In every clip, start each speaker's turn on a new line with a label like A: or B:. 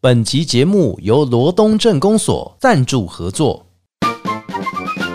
A: 本集节目由罗东镇公所赞助合作。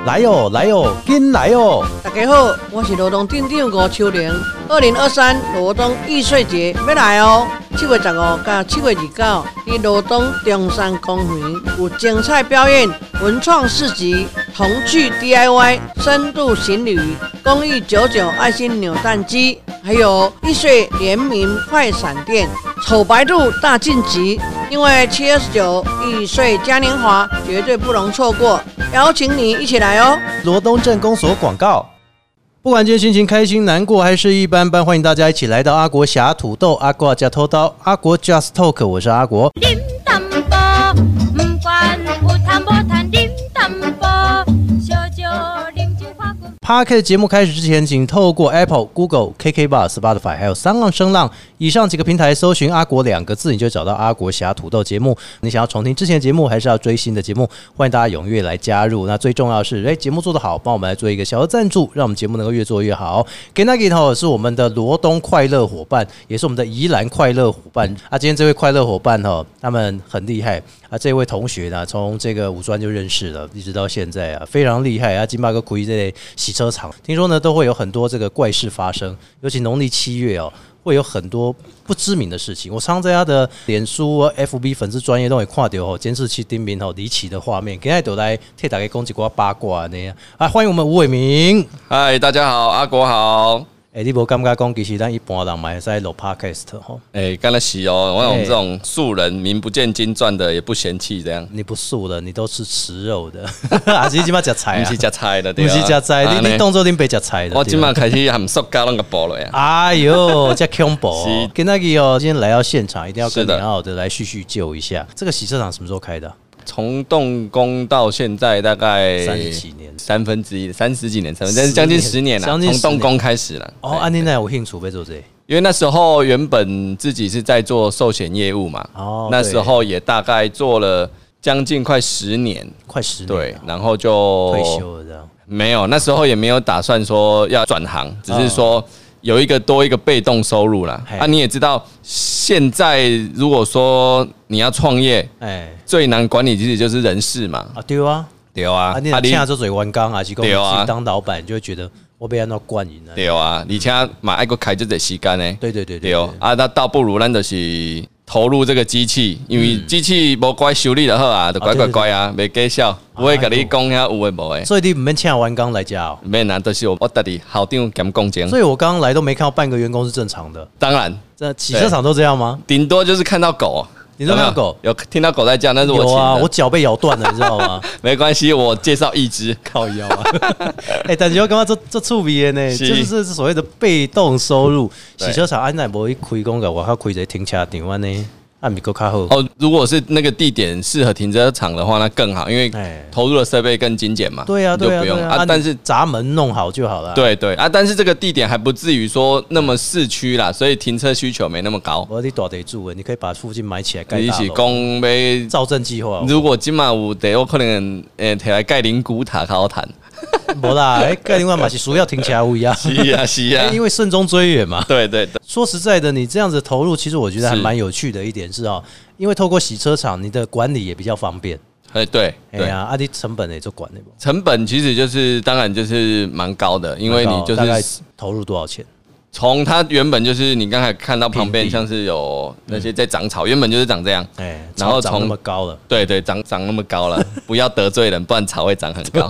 A: 来哟、来哟、跟来哟、
B: 大家好，我是罗东镇长吴秋玲。二零二三罗东艺穗节要来哦，七月十五到七月二九，伫罗东中山公园有精彩表演、文创市集、童趣 DIY、深度行旅、公益九九爱心扭蛋机，还有艺穗联名快闪店、丑白兔大晋级。因为七月十九艺穗嘉年华绝对不容错过，邀请你一起来哦。
A: 罗东镇公所广告。不管今天心情开心、难过还是一般般，欢迎大家一起来到阿国侠土豆、阿国加偷刀、阿国 Just Talk，我是阿国。
C: điểm tâm bò quan u tham bò than điểm tâm bò cho cho điểm chữ khoa của
A: Parket 节目开始之前，请透过 Apple、Google、KK Bar、Spotify 还有三浪声浪以上几个平台搜寻“阿国”两个字，你就找到阿国侠土豆节目。你想要重听之前的节目，还是要追新的节目，欢迎大家踊跃来加入。那最重要的是，哎，节目做得好，帮我们来做一个小额赞助，让我们节目能够越做越好。g e n a g i t o 是我们的罗东快乐伙伴，也是我们的宜兰快乐伙伴。啊，今天这位快乐伙伴哦，他们很厉害啊，这位同学呢，从这个五专就认识了，一直到现在啊，非常厉害啊。金巴哥苦一这类洗车场，听说呢都会有很多这个怪事发生，尤其农历七月哦。会有很多不知名的事情。我常常在他的脸书、FB 粉丝专业都会看到哦，监视器盯名哦离奇的画面。今天就来替大家讲一寡八卦呢。啊，欢迎我们吴伟明。
D: 嗨，大家好，阿国好。
A: 哎、你无感觉讲，其实咱一般人嘛会使录 podcast 吼，
D: 哎、刚才洗哦，我想我
A: 哎
D: 们这种素人名不见经传的也不嫌弃这样。
A: 你不素的，你都是吃肉的， 还是即马食菜
D: 不
A: 啊
D: 是？加菜的，
A: 不
D: 对吧
A: 是食菜，
D: 啊
A: 你你
D: 呢
A: 当做恁白食菜的。
D: 我
A: 对
D: 今
A: 吧
D: 晚开始含塑胶那个包了呀。
A: 哎呦， 这恐怖、哦
D: 是！
A: 跟那个哦，今天来到现场，一定要跟
D: 是的哎
A: 你好好的来叙叙旧一下。这个洗车场什么时候开的啊、
D: 从动工到现在大概
A: 三十几年
D: 三分之一，三十几年，三分
A: 十年
D: 之将近十年了。啊
A: 将近
D: 从
A: 十
D: 动工开始了。
A: 哦，
D: 哎
A: 安妮奈，我兴趣被做这个
D: 因为那时候原本自己是在做寿险业务嘛，
A: 哦
D: 那
A: 对
D: 时候也大概做了将近快十年，
A: 快十年
D: 对哦
A: 了，，
D: 然后就
A: 退休了这样。
D: 没有，那时候也没有打算说要转行，只是说有一个多一个被动收入啦
A: 嗯嘿。
D: 啊，你也知道，现在如果说你要创业，
A: 哎
D: 最难管理其实就是人事嘛，
A: 啊，对啊，
D: 对啊
A: 啊，你现在做嘴弯刚啊，是讲你
D: 对啊
A: 自己当老板，你就会觉得我被按照惯赢了。
D: 对啊，而且买爱个开就得时间呢，
A: 对对对对
D: 对哦，啊，那倒不如咱就是投入这个机器，
A: 嗯
D: 因为机器无乖修理就好啊，就乖乖乖啊，袂计较，不会跟你讲遐有诶无诶，
A: 所以你唔免请弯刚来加哦。
D: 免难都是我我家己校长兼讲经
A: 所，以我刚刚来都没看到半个员工是正常的。
D: 当然。
A: 这洗车场都这样吗？
D: 顶多就是看到狗，
A: 顶多看到狗
D: 有没有有听到狗在叫，那是我
A: 有
D: 请的，
A: 啊，我脚被咬断了，你知道吗？
D: 没关系，我介绍一只，
A: 靠腰啊！ 哎、但是我感觉这这触鼻的呢，
D: 是
A: 就是这是所谓的被动收入。
D: 对
A: 洗车啊场安奈无一开工个，我靠开一个停车场安尼，啊咪够较好。
D: 哦，如果是那个地点适合停车场的话，那更好，因为
A: 哎
D: 投入的设备更精简嘛。
A: 对啊，
D: 你就
A: 对啊，
D: 不用
A: 对啊。
D: 啊。但是
A: 你，闸门弄好就好了。，
D: 对对啊，但是这个地点还不至于说那么市区啦，所以停车需求没那么高。
A: 我你大地住的，你可以把附近买起来盖
D: 你
A: 大
D: 起
A: 楼。
D: 公呗，
A: 造镇计划，哦
D: 如果今晚有得，我可能诶，提来盖灵骨塔 好谈。
A: 无啦，哎，盖另外嘛是需要停车位啊，
D: 是啊，是 啊
A: 哎，因为慎终追远 嘛。
D: 对对对，
A: 说实在的，你这样子投入，其实我觉得还
D: 是
A: 蛮有趣的一点是哦，因为透过洗车场，你的管理也比较方便。
D: 哎对
A: 哎
D: 对
A: 呀，。啊，你成本也就管那
D: 成本其实就是，当然就是蛮高的，因为你就
A: 大概
D: 是
A: 投入多少钱？
D: 从它原本就是你刚才看到旁
A: 平
D: 边
A: 地
D: 像是有那些在长草，原本就是长这样，
A: 哎，
D: 然后
A: 涨那
D: 从
A: 么高了，
D: 对对，长长那么高 了，不要得罪人，不然草会长很高。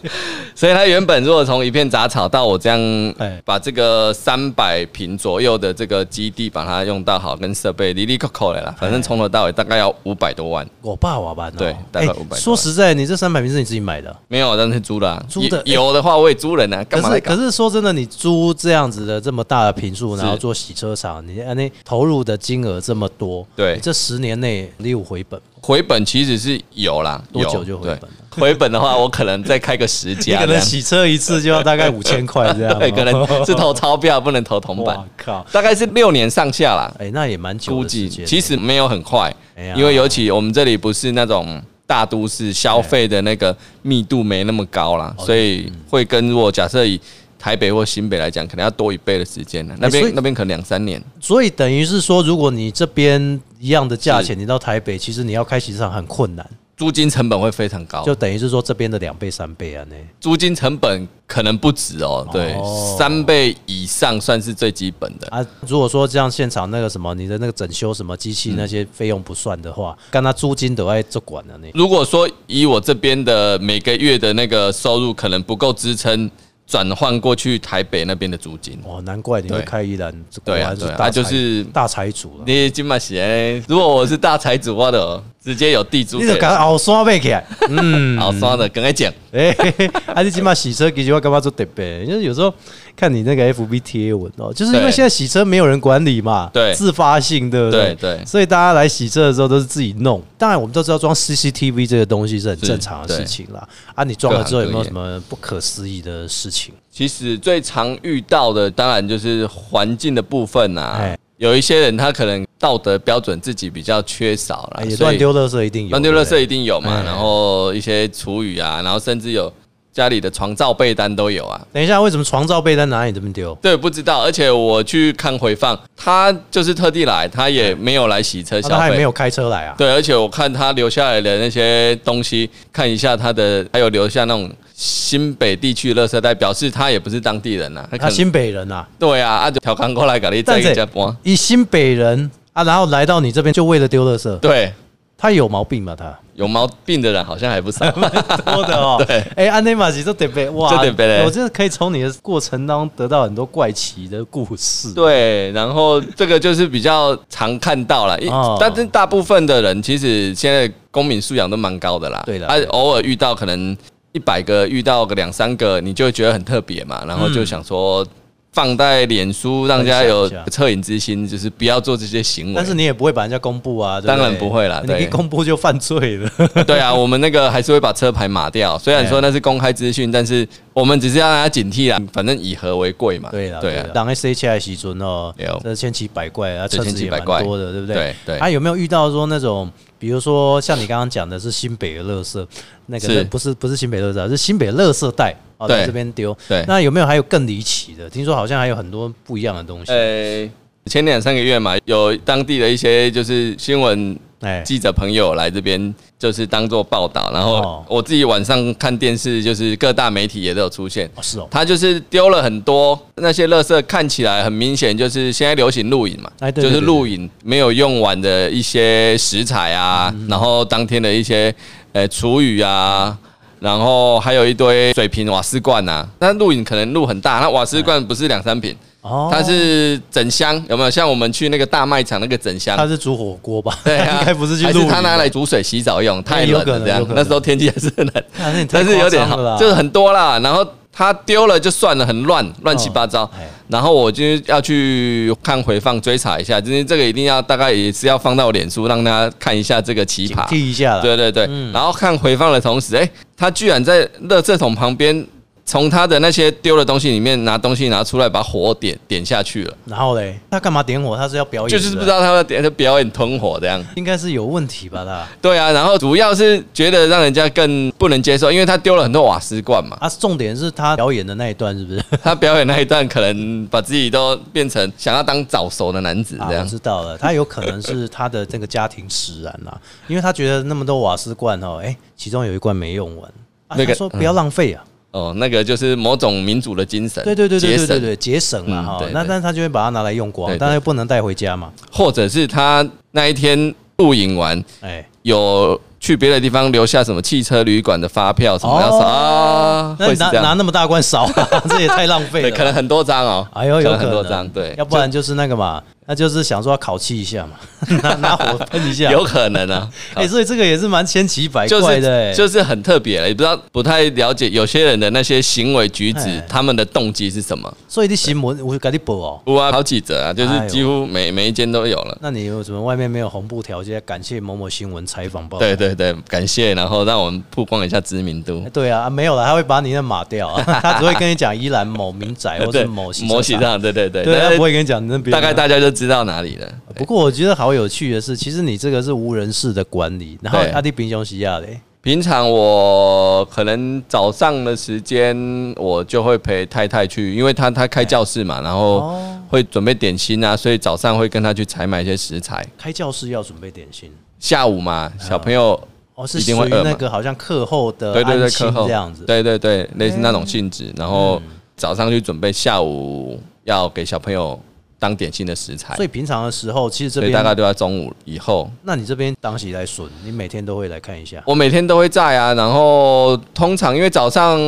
D: 所以它原本如果从一片杂草到我这样
A: 哎，
D: 把这个三百平左右的这个基地把它用到好，跟设备里里扣扣的啦，
A: 哎
D: 反正从头到尾大概要五百多万，
A: 我爸我爸呢？
D: 对大概500
A: 啊哎说实在，你这三百平是你自己买的，
D: 没有，但是租的啊，
A: 租的
D: 有有的话我也租人啊，
A: 可
D: 干嘛来
A: 是可
D: 搞？
A: 是说真的，你租这样子的这么大的平数，
D: 是
A: 然后做洗车场，你那投入的金额这么多，
D: 对
A: 你这十年内你有回本吗，
D: 回本其实是有啦，
A: 多
D: 有
A: 久就回
D: 对
A: 本了
D: 回本的话，我可能再开个十
A: 你
D: 家，
A: 可能洗车一次就要大概五千块这样， 哦
D: 对，可能是投钞票，不能投铜板
A: 哇，靠，
D: 大概是六年上下啦，
A: 哎，那也蛮久
D: 估
A: 的时
D: 计
A: 间，
D: 其实没有很快
A: 哎呀，
D: 因为尤其我们这里不是那种大都
A: 哦
D: 市，消费的那个密度没那么高啦，所以会跟如果假设以。台北或新北来讲，可能要多一倍的时间了。那
A: 哎所以
D: 边那边可能两三年，
A: 所以等于是说，如果你这边一样的价钱，你到台北，其实你要开洗车场很困难，
D: 租金成本会非常高，
A: 就等于是说这边的两倍、三倍啊，那
D: 租金成本可能不止哦，对
A: 哦，
D: 三倍以上算是最基本的。
A: 啊，如果说这样现场那个什么，你的那个整修什么机器
D: 嗯
A: 那些费用不算的话，干他租金都爱做管了呢。
D: 如果说以我这边的每个月的那个收入，可能不够支撑转换过去台北那边的租金。
A: 哦，难怪你会
D: 对
A: 开一兰，这果
D: 对啊
A: 然是
D: 对啊
A: 大
D: 啊就
A: 财
D: 是
A: 大财主了。啊
D: 你今嘛是，如果我是大财主，我的直接有地主
A: 你就
D: 给，
A: 搞后山背起来， 嗯，
D: 好算的，跟他讲，
A: 哎、嘿嘿啊，你起码洗车，其实我干嘛做特别？因为有时候看你那个 FB 贴文哦，就是因为
D: 对
A: 现在洗车没有人管理嘛，
D: 对
A: 自发性，对不对？
D: 对对
A: 所以大家来洗车的时候都是自己弄。当然，我们都知道装 CCTV 这个东西是很
D: 是
A: 正常的事
D: 对
A: 情啦。啊，你装了之后有没有
D: 各行各业
A: 什么不可思议的事情？
D: 其实最常遇到的，当然就是环境的部分啊
A: 哎。
D: 有一些人他可能道德标准自己比较缺少
A: 啊，
D: 了，
A: 也
D: 所
A: 乱
D: 以
A: 丢垃圾一定有，
D: 乱丢垃圾
A: 对
D: 一定有嘛
A: 哎，
D: 然后一些厨余啊，然后甚至有家里的床罩被单都有啊。
A: 不对。等一下，为什么床罩被单拿你这边丢？
D: 对，不知道，而且我去看回放，他就是特地来，他也没有来洗车
A: 啊
D: 消
A: 他还没
D: 费。
A: 有开车来啊？
D: 对，而且我看他留下来的那些东西，看一下他的，还有留下那种新北地区垃圾袋，表示他也不是当地人呐、啊，他
A: 他
D: 可能
A: 新北人啊，
D: 对啊，啊就调侃过来给你再
A: 但
D: 一
A: 是
D: 家搬。
A: 以新北人啊，然后来到你这边就为了丢垃圾，
D: 对，
A: 他有毛病吧？他？
D: 有毛病的人好像还 不少。
A: 多的哦。
D: 对
A: 哎，安内玛吉都得被哇，
D: 就得被嘞
A: 我真的可以从你的过程当中得到很多怪奇的故事。，
D: 对，然后这个就是比较常看到了，一
A: 哦
D: 但是大部分的人其实现在公民素养都蛮高的啦。
A: 对啦
D: 啊，偶尔遇到可能一百个遇到个两三个，你就会觉得很特别嘛，然后就想说放在脸书，让大家有
A: 嗯分享一下
D: 恻隐之心，就是不要做这些行为。
A: 但是你也不会把人家公布啊，对对
D: 当然不会啦
A: 你
D: 对
A: 一公布就犯罪了。
D: 对啊，我们那个还是会把车牌码掉，虽然说那是公开资讯，但是我们只是要让大家警惕啦，反正以和为贵嘛。
A: 对了，
D: 对
A: 对
D: 啊
A: 了，。当 S H I 时尊哦
D: 有，
A: 这千奇百怪啊，
D: 对
A: 车子
D: 千奇
A: 也
D: 百
A: 蛮
D: 怪
A: 多的，对不对？
D: 对对
A: 啊，有没有遇到说那种，比如说像你刚刚讲的是新北的垃圾，那个
D: 是
A: 那不是不是新北垃圾啊，是新北垃圾袋哦，
D: 对
A: 在这边丢。
D: 对
A: 那有没有还有更离奇的？听说好像还有很多不一样的东西。
D: 呃，前两三个月嘛，有当地的一些就是新闻
A: 哎，
D: 记者朋友来这边，就是当做报道。然后
A: 哦
D: 我自己晚上看电视，就是各大媒体也都有出现。
A: 哦是哦，
D: 他就是丢了很多那些垃圾，看起来很明显就是现在流行露营嘛，
A: 哎对
D: 就是
A: 对对
D: 露营没有用完的一些食材啊，
A: 嗯
D: 然后当天的一些呃厨余啊，然后还有一堆水瓶、瓦斯罐啊。那露营可能露很大，那瓦斯罐不是两三瓶，
A: 哦，
D: 它是整箱，有没有？像我们去那个大卖场那个整箱，
A: 他是煮火锅吧？
D: 对啊，
A: 应该不是去
D: 还
A: 露
D: 是
A: 营吧。哎
D: 他拿来煮水洗澡用，太
A: 有
D: 冷
A: 可
D: 了
A: 能
D: 这样
A: 有可。能
D: 那时候天气还是 很冷，
A: 啊那你太
D: 但是有点
A: 夸张了啦
D: 好，就是很多啦。然后他丢了就算了，很乱，乱七八糟
A: 哎。
D: 然后我就是要去看回放追查一下，就是这个一定要大概也是要放到脸书让大家看一下这个奇
A: 警
D: 葩。
A: 惕一下啦。嗯
D: 对对对，然后看回放的同时，哎，他居然在垃圾桶旁边。从他的那些丢的东西里面拿东西拿出来，把火点点下去了，
A: 然后嘞，他干嘛点火？他是要表演？
D: 就是不知
A: 道，
D: 道他要点他表演吞 火这样。
A: 应该是有问题吧？他
D: 对啊，然后主要是觉得让人家更不能接受，因为他丢了很多瓦斯 罐嘛。
A: 啊，重点是他表演的那一段是 不是？
D: 他表演那一段，可能把自己都变成想要当早熟的男子
A: 啊，
D: 这
A: 我
D: 样。
A: 知道了，他有可能是他的这个家庭使然啦、因为他觉得那么多瓦斯罐哦，哎、其中有一罐没用完，啊、
D: 那个
A: 他说不要浪费啊，
D: 哦，那个就是某种民主的精神，
A: 对对对对
D: 节
A: 对
D: 省
A: 对对，节省了
D: 嗯
A: 哈
D: 对，对
A: 那但是他就会把它拿来用光，
D: 对对
A: 但又不能带回家嘛，
D: 或者是他那一天露营完
A: 哎、
D: 有。去别的地方留下什么汽车旅馆的发票什么要
A: 哦
D: 扫啊，
A: 那
D: 会
A: 你
D: 是
A: 拿
D: 这
A: 拿
D: 样，
A: 那么大罐烧、 这也太浪费
D: 对，
A: 了
D: 可
A: 吧。
D: 能很多张哦，
A: 哎呦，有
D: 能很多
A: 可
D: 张，对，
A: 要不然就是那个嘛，那就是想说要烤气一下嘛， 拿拿火喷一下，
D: 有可能啊，
A: 哎、所以这个也是蛮千奇百
D: 就
A: 怪
D: 是
A: 的、欸
D: 就是很特别了，也不知道不太了解有些人的那些行为举止
A: 哎，
D: 他们的动机是什么。
A: 所以你新闻我给你报哦。
D: 有啊，好几则啊，就
A: 哎呦
D: 是几乎每每一间都有了。
A: 那你有什么外面没有红布条？就要感谢某某新闻采访报道。
D: 对对对，感谢，然后让我们曝光一下知名度
A: 哎。对啊，啊没有了，他会把你那码掉、啊， 他只会跟你讲宜兰某民宅或者
D: 对，
A: 哎某洗车
D: 摩西
A: 场，
D: 上，对对对，
A: 对，
D: 但
A: 他
D: 是
A: 不会跟你讲那边啊。
D: 大概大家就知道哪里了。
A: 不过我觉得好有趣的是，其实你这个是无人式的管理，然后
D: 对
A: 阿弟平雄西亚嘞，
D: 平常我可能早上的时间，我就会陪太太去，因为她她开教室嘛，然后
A: 哦，
D: 会准备点心啊，所以早上会跟她去采买一些食材。
A: 开教室要准备点心
D: 下午嘛，
A: 嗯
D: 小朋友
A: 哦，是
D: 一
A: 属
D: 定会
A: 于
D: 饿嘛
A: 那个好像课后的
D: 对对对
A: 呃安
D: 课
A: 心
D: 后
A: 这样子。嗯
D: 对对对，类似那种性质。然后早上去准备，下午要给小朋友当点心的食材
A: 所，以平常的时候，其实这
D: 所以大概
A: 边，
D: 都要中午以后。
A: 那你这边当起来笋，你每天都会来看一下。
D: 我每天都会在啊，然后通常因为早上，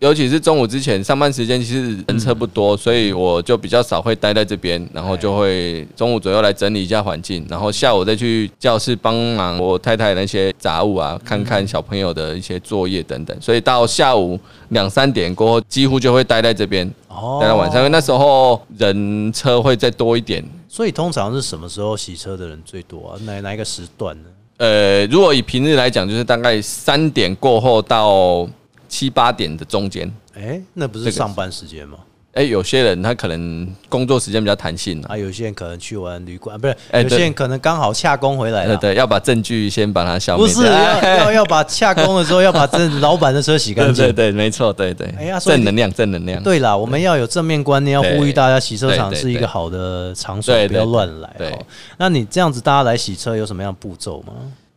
D: 尤其是中午之前上班时间，其实人车不多，所以我就比较少会待在这边，然后就会中午左右来整理一下环境，然后下午再去教室帮忙我太太那些杂物啊，看看小朋友的一些作业等等，所以到下午两三点过后，几乎就会待在这边，
A: 哦
D: 待到晚上，因为那时候人车会再多一点，
A: 所以通常是什么时候洗车的人最多啊？哪哪一个时段呢？
D: 呃，如果以平日来讲，就是大概三点过后到七八点的中间。
A: 哎、那不是
D: 这个
A: 上班时间吗？
D: 哎、有些人他可能工作时间比较弹性啊，
A: 啊，有些人可能去玩旅馆，不是，
D: 哎
A: 有
D: 对
A: 些人可能刚好洽工回来
D: 呃，
A: 了。
D: 对，要把证据先把它消灭
A: 不
D: 掉。哎
A: 是要要要把洽工的时候要把这老板的车洗干
D: 对
A: 净
D: 对。对，没错，对对。
A: 哎呀所以
D: 正能量，正能量。
A: 对啦，我们要有正面观念，要
D: 对
A: 呼吁大家洗车场
D: 对对
A: 是一个
D: 对
A: 好的场所，
D: 对
A: 不要
D: 对
A: 乱来
D: 对
A: 哦。那你这样子，大家来洗车有什么样的步骤吗？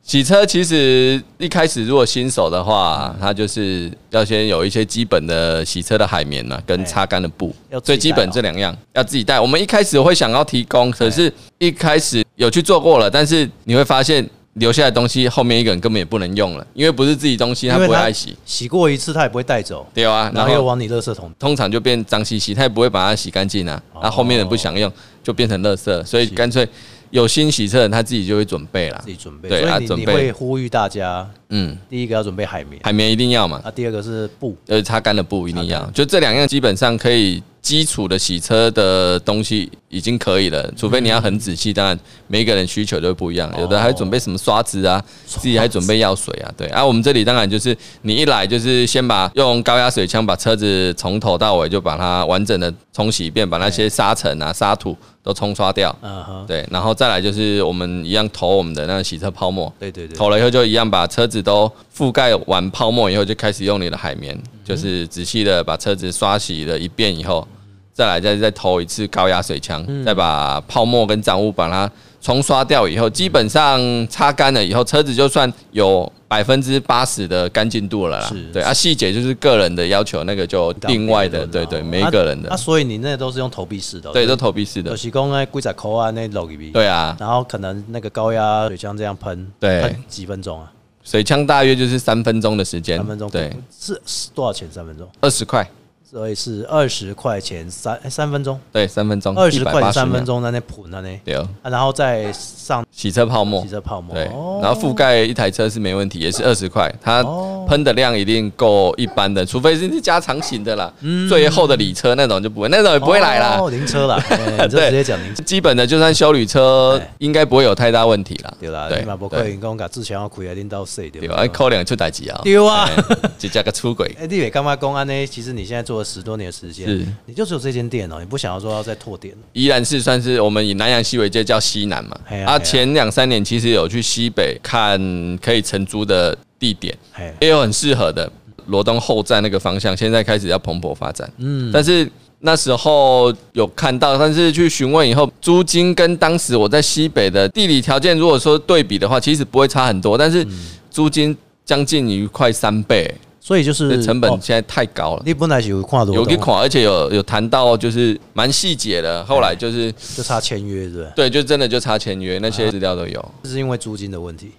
D: 洗车其实一开始如果新手的话，
A: 嗯
D: 他就是要先有一些基本的洗车的海绵啊，
A: 哎
D: 跟擦干的布
A: 要，自己
D: 最基本
A: 带哦哎
D: 这两样要自己带。我们一开始会想要提供，可是一开始有去做过了，但是你会发现留下来的东西后面一个人根本也不能用了，因为不是自己东西，他
A: 因为
D: 不会爱洗，
A: 洗过一次，他也不会带走，
D: 对啊，
A: 然后又往你垃圾桶
D: 通常就变脏兮兮，他也不会把它洗干净啊。那、
A: 哦
D: 后面人不想用，就变成垃圾，所以
A: 是
D: 干脆有新洗车的人他自己就会准备啦
A: 自。己准备。
D: 对
A: 所
D: 啊
A: 以你
D: 准
A: 你
D: 备
A: 会呼吁大家，
D: 嗯，
A: 第一个要准备海绵，
D: 海绵一定要嘛，
A: 啊，第二个是布，
D: 呃，擦干的布一定
A: 擦
D: 要。就这两样基本上可以基础的洗车的东西已经可以了，除非你要很仔细。当然，每一个人需求都不一样，有的还准备什么刷子啊，自己还准备药水啊。对，啊，我们这里当然就是你一来就是先把用高压水枪把车子从头到尾就把它完整的冲洗一遍，把那些沙尘啊、沙土都冲刷掉。
A: 嗯哼，
D: 对，然后再来就是我们一样投我们的那个洗车泡沫，
A: 对对对，
D: 投了以后就一样把车子都覆盖完泡沫以后，就开始用你的海
A: 嗯
D: 绵，就是仔细的把车子刷洗了一遍以后，再来再再投一次高压水枪，
A: 嗯
D: 再把泡沫跟脏污把它冲刷掉以后，基本上擦干了以后，车子就算有。百分之八十的干净度了啦
A: 是，
D: 对啊，细节就是个人的要求，那个就另外的，对对，每一个人的
A: 啊，啊，所以你那都是用投币式的哦，
D: 对，都投币式
A: 就
D: 的，
A: 是讲呢，几十块啊，那落去币，，
D: 对啊，
A: 然后可能那个高压水枪这样喷，
D: 对
A: 喷几分钟啊，
D: 水枪大约就是三分钟的时间，
A: 三分钟，
D: 对，，
A: 是是多少钱？三分钟，
D: 二十块，
A: 所以是二十块钱三哎三分钟，
D: 对，三分钟，
A: 二十块
D: 180
A: 钱三分
D: 秒，
A: 钟在那喷那呢，
D: 对哦，
A: 啊然后再上
D: 洗车泡沫
A: 汽，车泡沫，
D: 对，
A: 哦
D: 然后覆盖一台车是没问题，也是二十块，它
A: 哦
D: 喷的量一定够一般的，除非是加长型的啦，最厚的里车那种就不会，那种也不会来啦。
A: 嗯哦，零车 啦，哎你就
D: 对
A: 直接讲零车。
D: 基本的就算修旅车
A: 对，
D: 应该不会有太大问题啦。
A: 对啦，
D: 对
A: 你嘛不可
D: 对
A: 能讲甲志强要开来恁到死对
D: 对，
A: 吧？
D: 哎，扣两出代志啊，
A: 对啊
D: 哎，只加个出轨
A: 哎、，欸，立伟干妈公安呢？其实你现在做了十多年的时间，
D: 是
A: 你就只有这间店哦、你不想要说要再拓店，
D: 依然是算是我们以南洋西为界叫西南嘛
A: 嘿。啊嘿
D: 啊，
A: 啊
D: 前两三年其实有去西北看可以承租的地点，
A: 哎，
D: 也有很适合的。罗东后站那个方向，现在开始要蓬勃发展。
A: 嗯
D: 嗯，但是那时候有看到，但是去询问以后，租金跟当时我在西北的地理条件，如果说对比的话，其实不会差很多，但是
A: 嗯
D: 租金将近于快三倍，
A: 所以就
D: 这
A: 是
D: 成本
A: 哦
D: 现在太高了。
A: 你本来是有跨罗
D: 有一
A: 东，
D: 款，而且有有谈到就是蛮细节的，后
A: 哎
D: 来就是
A: 就差签约，对不对？
D: 对，就真的就查签约那
A: 哎
D: 些资料都有。
A: 这是因为租金的问题，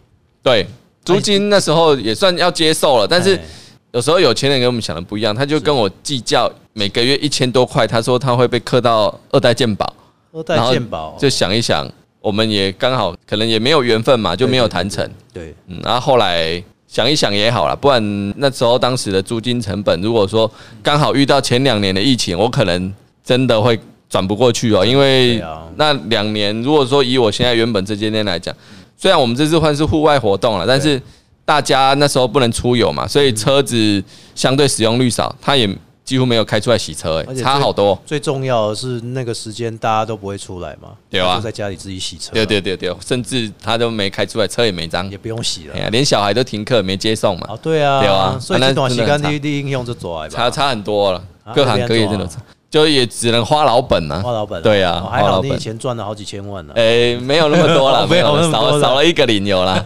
D: 对，租金那时候也算要接受了，但是
A: 哎
D: 有时候有钱人跟我们想的不一样，他就跟我计较每个月一千多块，他说他会被刻到二代健保，
A: 二代健保哦
D: 就想一想，我们也刚好可能也没有缘分嘛，就没有谈成。
A: 对
D: 嗯，然后后来想一想也好啦，不然那时候当时的租金成本，如果说刚好遇到前两年的疫情，我可能真的会转不过去哦，因
A: 对
D: 为
A: 啊
D: 那两年如果说以我现在原本这间店来讲，虽然我们这次换是户外活动了，但
A: 嗯
D: 是大家那时候不能出游嘛，所以车子相对使用率少，它也几乎没有开出来洗车、欸，
A: 而
D: 哎，
A: 且
D: 差
A: 最
D: 好多。
A: 最重要的是那个时间大家都不会出来嘛，
D: 对啊
A: 都在家里自己洗车，
D: 对对对对，甚至他都没开出来，车也没脏
A: 也，不用洗了
D: 哎。呀，连小孩都停课没接送嘛
A: 啊，，对啊，
D: 对啊
A: 所以
D: 啊那
A: 这段时
D: 真的
A: 间
D: 很差
A: 你你应用就做来吧，
D: 差差很多了
A: 啊，
D: 各行各业
A: 那
D: 真
A: 边
D: 的
A: 怎么，
D: 就也只能花老本啊，
A: 花老本啊，
D: 对啊
A: 哦还
D: 花
A: 好
D: 老
A: 你以
D: 本
A: 前赚了好几千万呢，
D: 哎，没有那么多 了，
A: 没
D: 没
A: 有
D: 有
A: 那么多
D: 少
A: 了
D: 少了一个零有啦。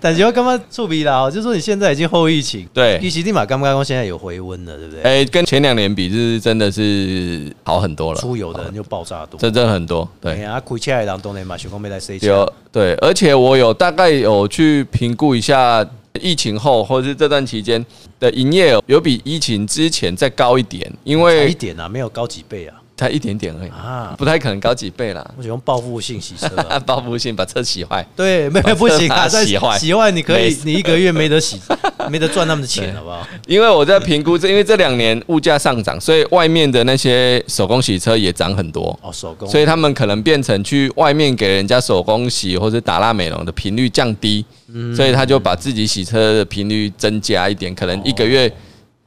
A: 但是我刚刚触鼻啦，就是说你现在已经后疫情，
D: 对
A: 疫情立马刚刚刚现在有回温了，对 不对？
D: 哎，跟前两年比，是真的是好很多了，
A: 出游的人就爆炸多，
D: 这真的很多，
A: 哎
D: 对。
A: 呀，开车的人当然嘛，想讲要来塞车，啊
D: 有对，哦而且我有大概有去评估一下疫情后或者是这段期间的营业额，有比疫情之前再高一点，因
A: 才一
D: 为
A: 点啊，没有高几倍啊，
D: 才一点点而已，
A: 啊，
D: 不太可能高几倍啦。
A: 我喜欢报复性洗车啊、
D: 报复性把车洗坏，
A: 对，没有不行啊，
D: 把车
A: 在
D: 洗坏
A: 洗坏你可
D: 没
A: 以
D: 事，
A: 你一个月没得 洗，没得赚他们的钱，
D: 对
A: 好不好？
D: 因为我在评估这，因为这两年物价上涨，所以外面的那些手工洗车也涨很多，
A: 哦，手工，
D: 所以他们可能变成去外面给人家手工洗或者打蜡美容的频率降低，
A: 嗯
D: 所以他就把自己洗车的频率增加一点，
A: 哦
D: 可能一个月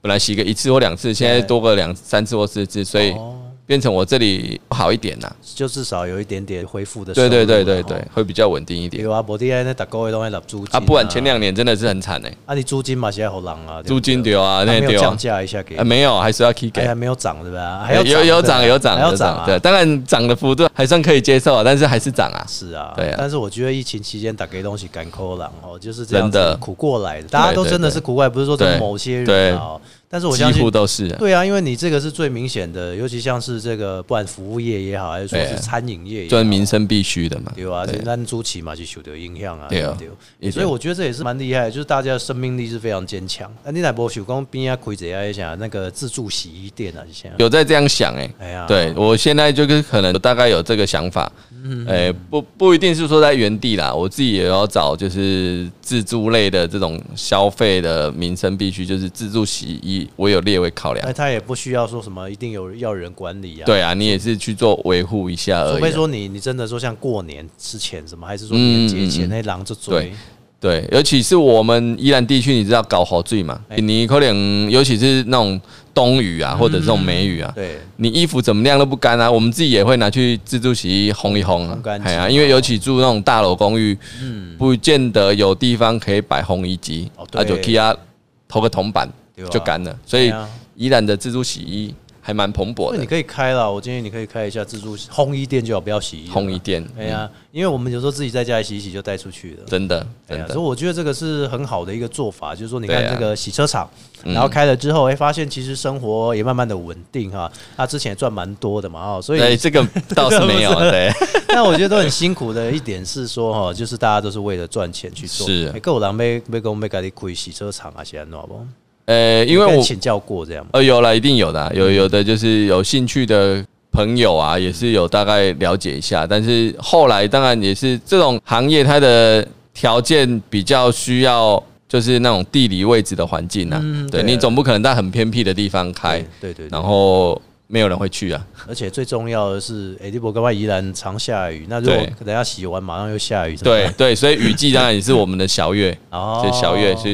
D: 本来洗个一次或两次，现在多个两三次或四次，所以
A: 哦，
D: 变成我这里好一点啦。
A: 就至少有一点点恢复的收入
D: 对
A: 了。
D: 对对对对
A: 哦，，
D: 会比较稳定一点
A: 有啊，无滴那打工的都在拿租金
D: 啊，不然前两年真的是很惨哎，
A: 啊，你租金嘛，现在好浪啊，对不对
D: 租金丢啊，
A: 还
D: 那
A: 没有
D: 丢啊
A: 降，价一下给
D: 啊，没有，还是要 k 给
A: 哎。还没有涨对吧？还要
D: 有
A: 对
D: 有
A: 吧
D: 涨有涨
A: 还要
D: 有
A: 涨啊
D: 涨，对，当然涨的幅度还算可以接受啊，但是还是涨啊。
A: 是啊，
D: 对啊
A: 但是我觉得疫情期间打给东西赶抠狼哦，就是这样
D: 真
A: 子
D: 的
A: 苦过来的，大家都真的是苦过来，不是说只有
D: 对
A: 某些
D: 对
A: 人啊。哦但是我
D: 几
A: 相信
D: 乎都是啊，
A: 对啊，因为你这个是最明显的，尤其像是这个，不管服务业也好，还是说
D: 对
A: 是
D: 啊
A: 餐饮业也好，
D: 算民生必须的嘛。
A: 对啊，这咱租期嘛就受到影响啊，
D: 对啊
A: 不
D: 一定
A: 所以我觉得这也是蛮厉害的，就是大家的生命力是非常坚强。那你哪波手工边啊，开者啊，想那个自助洗衣店啊，这些
D: 有在这样想哎、
A: 哎呀
D: 对我现在就是可能大概有这个想法，
A: 嗯
D: 哎、不不一定是说在原地啦，我自己也要找就是自助类的这种消费的民生必须，就是自助洗衣，我有列为考量
A: 那。他也不需要说什么一定有要人管理啊，
D: 对啊，你也是去做维护一下而
A: 除
D: 已
A: 非
D: 啊。
A: 说你你真的说像过年之前什么，还是说年节前
D: 嗯嗯嗯
A: 那狼就追
D: 对，对，尤其是我们宜兰地区，你知道搞好醉嘛？
A: 哎嗯
D: 你可能尤其是那种冬雨啊，或者这种梅雨啊，
A: 对，
D: 你衣服怎么晾都不干啊，我们自己也会拿去自助洗衣烘一烘啊
A: 烘干。机嗯
D: 哎呀，因为尤其住那种大楼公寓，不见得有地方可以摆烘衣机
A: 哦，对
D: 那就给它投个铜板
A: 对啊
D: 就干了。所以
A: 对啊
D: 宜兰的自助洗衣还蛮蓬勃
A: 那你
D: 的，
A: 可以开了，我建议你可以开一下自助烘衣店就好，不要洗衣了
D: 烘衣。店，嗯
A: 哎呀，因为我们有时候自己在家里洗一洗就带出去了。
D: 真的
A: 哎
D: 真
A: 呀，所以
D: 的，
A: 我觉得这个是很好的一个做法，就是说，你看
D: 对啊
A: 这个洗车场，
D: 嗯
A: 然后开了之后，哎，发现其实生活也慢慢的稳定哈。他之前也赚蛮多的嘛，哦，所
D: 哎，
A: 以，
D: 这个倒是没有，
A: 这个不是
D: 对，
A: 但我觉得都很辛苦的一点是说，哈，就是大家都是为了赚钱去做。
D: 是
A: 哎够狼狈，被公被咖喱亏洗车场啊，现在好不好？
D: 呃，因为
A: 有被
D: 我
A: 请教过这样嘛，
D: 呃，有了，一定有的啊、
A: 嗯
D: 有有的就是有兴趣的朋友啊，也是有大概了解一下，但是后来当然也是这种行业它的条件比较需要。就是那种地理位置的环境啊，
A: 嗯
D: 对
A: 对
D: 你总不可能在很偏僻的地方开，
A: 对对对，
D: 哎然后没有人会去啊。
A: 而且最重要的是，哎，利伯跟外宜兰常下雨，那如果
D: 对
A: 等一下洗完马上又下雨，怎么
D: 对
A: 办，
D: 对，所以雨季当然也是我们的小月，
A: 啊哦，
D: 就小月，就是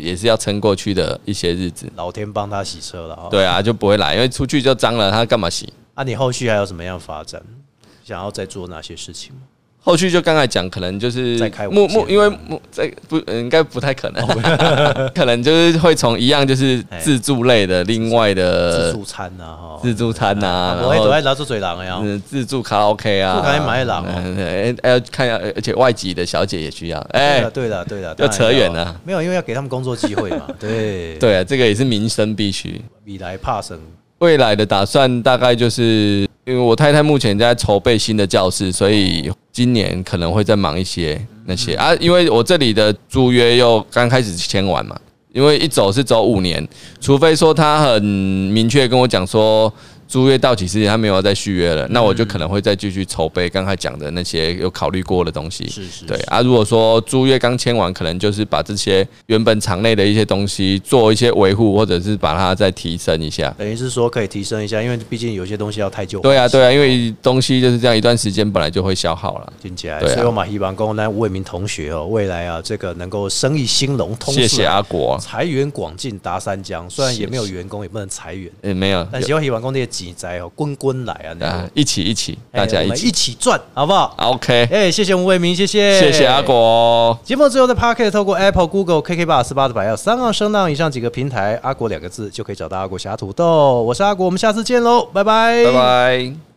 D: 也是要撑过去的一些日子。
A: 老天帮他洗车了哈。哦
D: 对啊，就不会来，因为出去就脏了，他干嘛洗？
A: 啊，你后续还有什么样的发展？想要再做哪些事情吗？
D: 后续就刚才讲，可能就是
A: 再开五哦
D: 目
A: 间
D: 目，因为目这不呃应该不太可能， 可能就是会从一样就是
A: 哎
D: 自助类的，另外
A: 自
D: 的
A: 助餐呐，哈，
D: 呃自助餐啊，
A: 我
D: 然
A: 会都
D: 后
A: 在拿出嘴狼呀。
D: 嗯自助卡拉 OK 啊，
A: 自助卡拉 OK 买狼哦
D: 嗯哎哎要看一下，而且外籍的小姐也需要，
A: 对啊
D: 哎
A: 了，，对了，对了，
D: 要
A: 当然
D: 扯远了。
A: 没有，因为要给他们工作机会嘛。 对，
D: 对啊，这个也是民生必须。
A: 米莱帕森
D: 未来的打算大概就是，因为我太太目前在筹备新的教室，所以今年可能会再忙一些那
A: 嗯
D: 些啊，因为我这里的租约又刚开始签完嘛，因为一走是走五年，除非说他很明确跟我讲说。租约到期时间他没有要再续
A: 嗯
D: 约了，那我就可能会再继续筹备刚才讲的那些有考虑过的东西。
A: 是是
D: 对啊。如果说租约刚签完，可能就是把这些原本场内的一些东西做一些维护，或者是把它再提升一下。
A: 等于是说可以提升一下，因为毕竟有些东西要太旧。
D: 对啊，对啊，因为东西就是这样，一段时间本来就会消耗了。
A: 听起来，
D: 对啊
A: 所以我马希望公那吴伟明同学哦，未来啊，这个能够生意兴隆，通
D: 谢谢
A: 啊，
D: 阿国，
A: 财源广进达三江。虽然
D: 是
A: 也没有员工，也不能裁员，
D: 嗯，没有，
A: 但希望希望公那些几灾哦，滚滚来啊，
D: 啊
A: 那，
D: 一起一起，哎大家
A: 一
D: 一
A: 起哎
D: 起
A: 哎一起赚，好不好？
D: ，OK，
A: 哎，谢谢吴伟明，谢谢，
D: 谢啊谢阿。国，哦
A: 节目最后的 Pocket 透过 Apple、Google、KK Bar、Spotify 还有三岸声浪以上几个平台，阿国两个字就可以找到阿国侠土豆。我是阿国，我们下次见喽，拜拜，
D: 拜拜。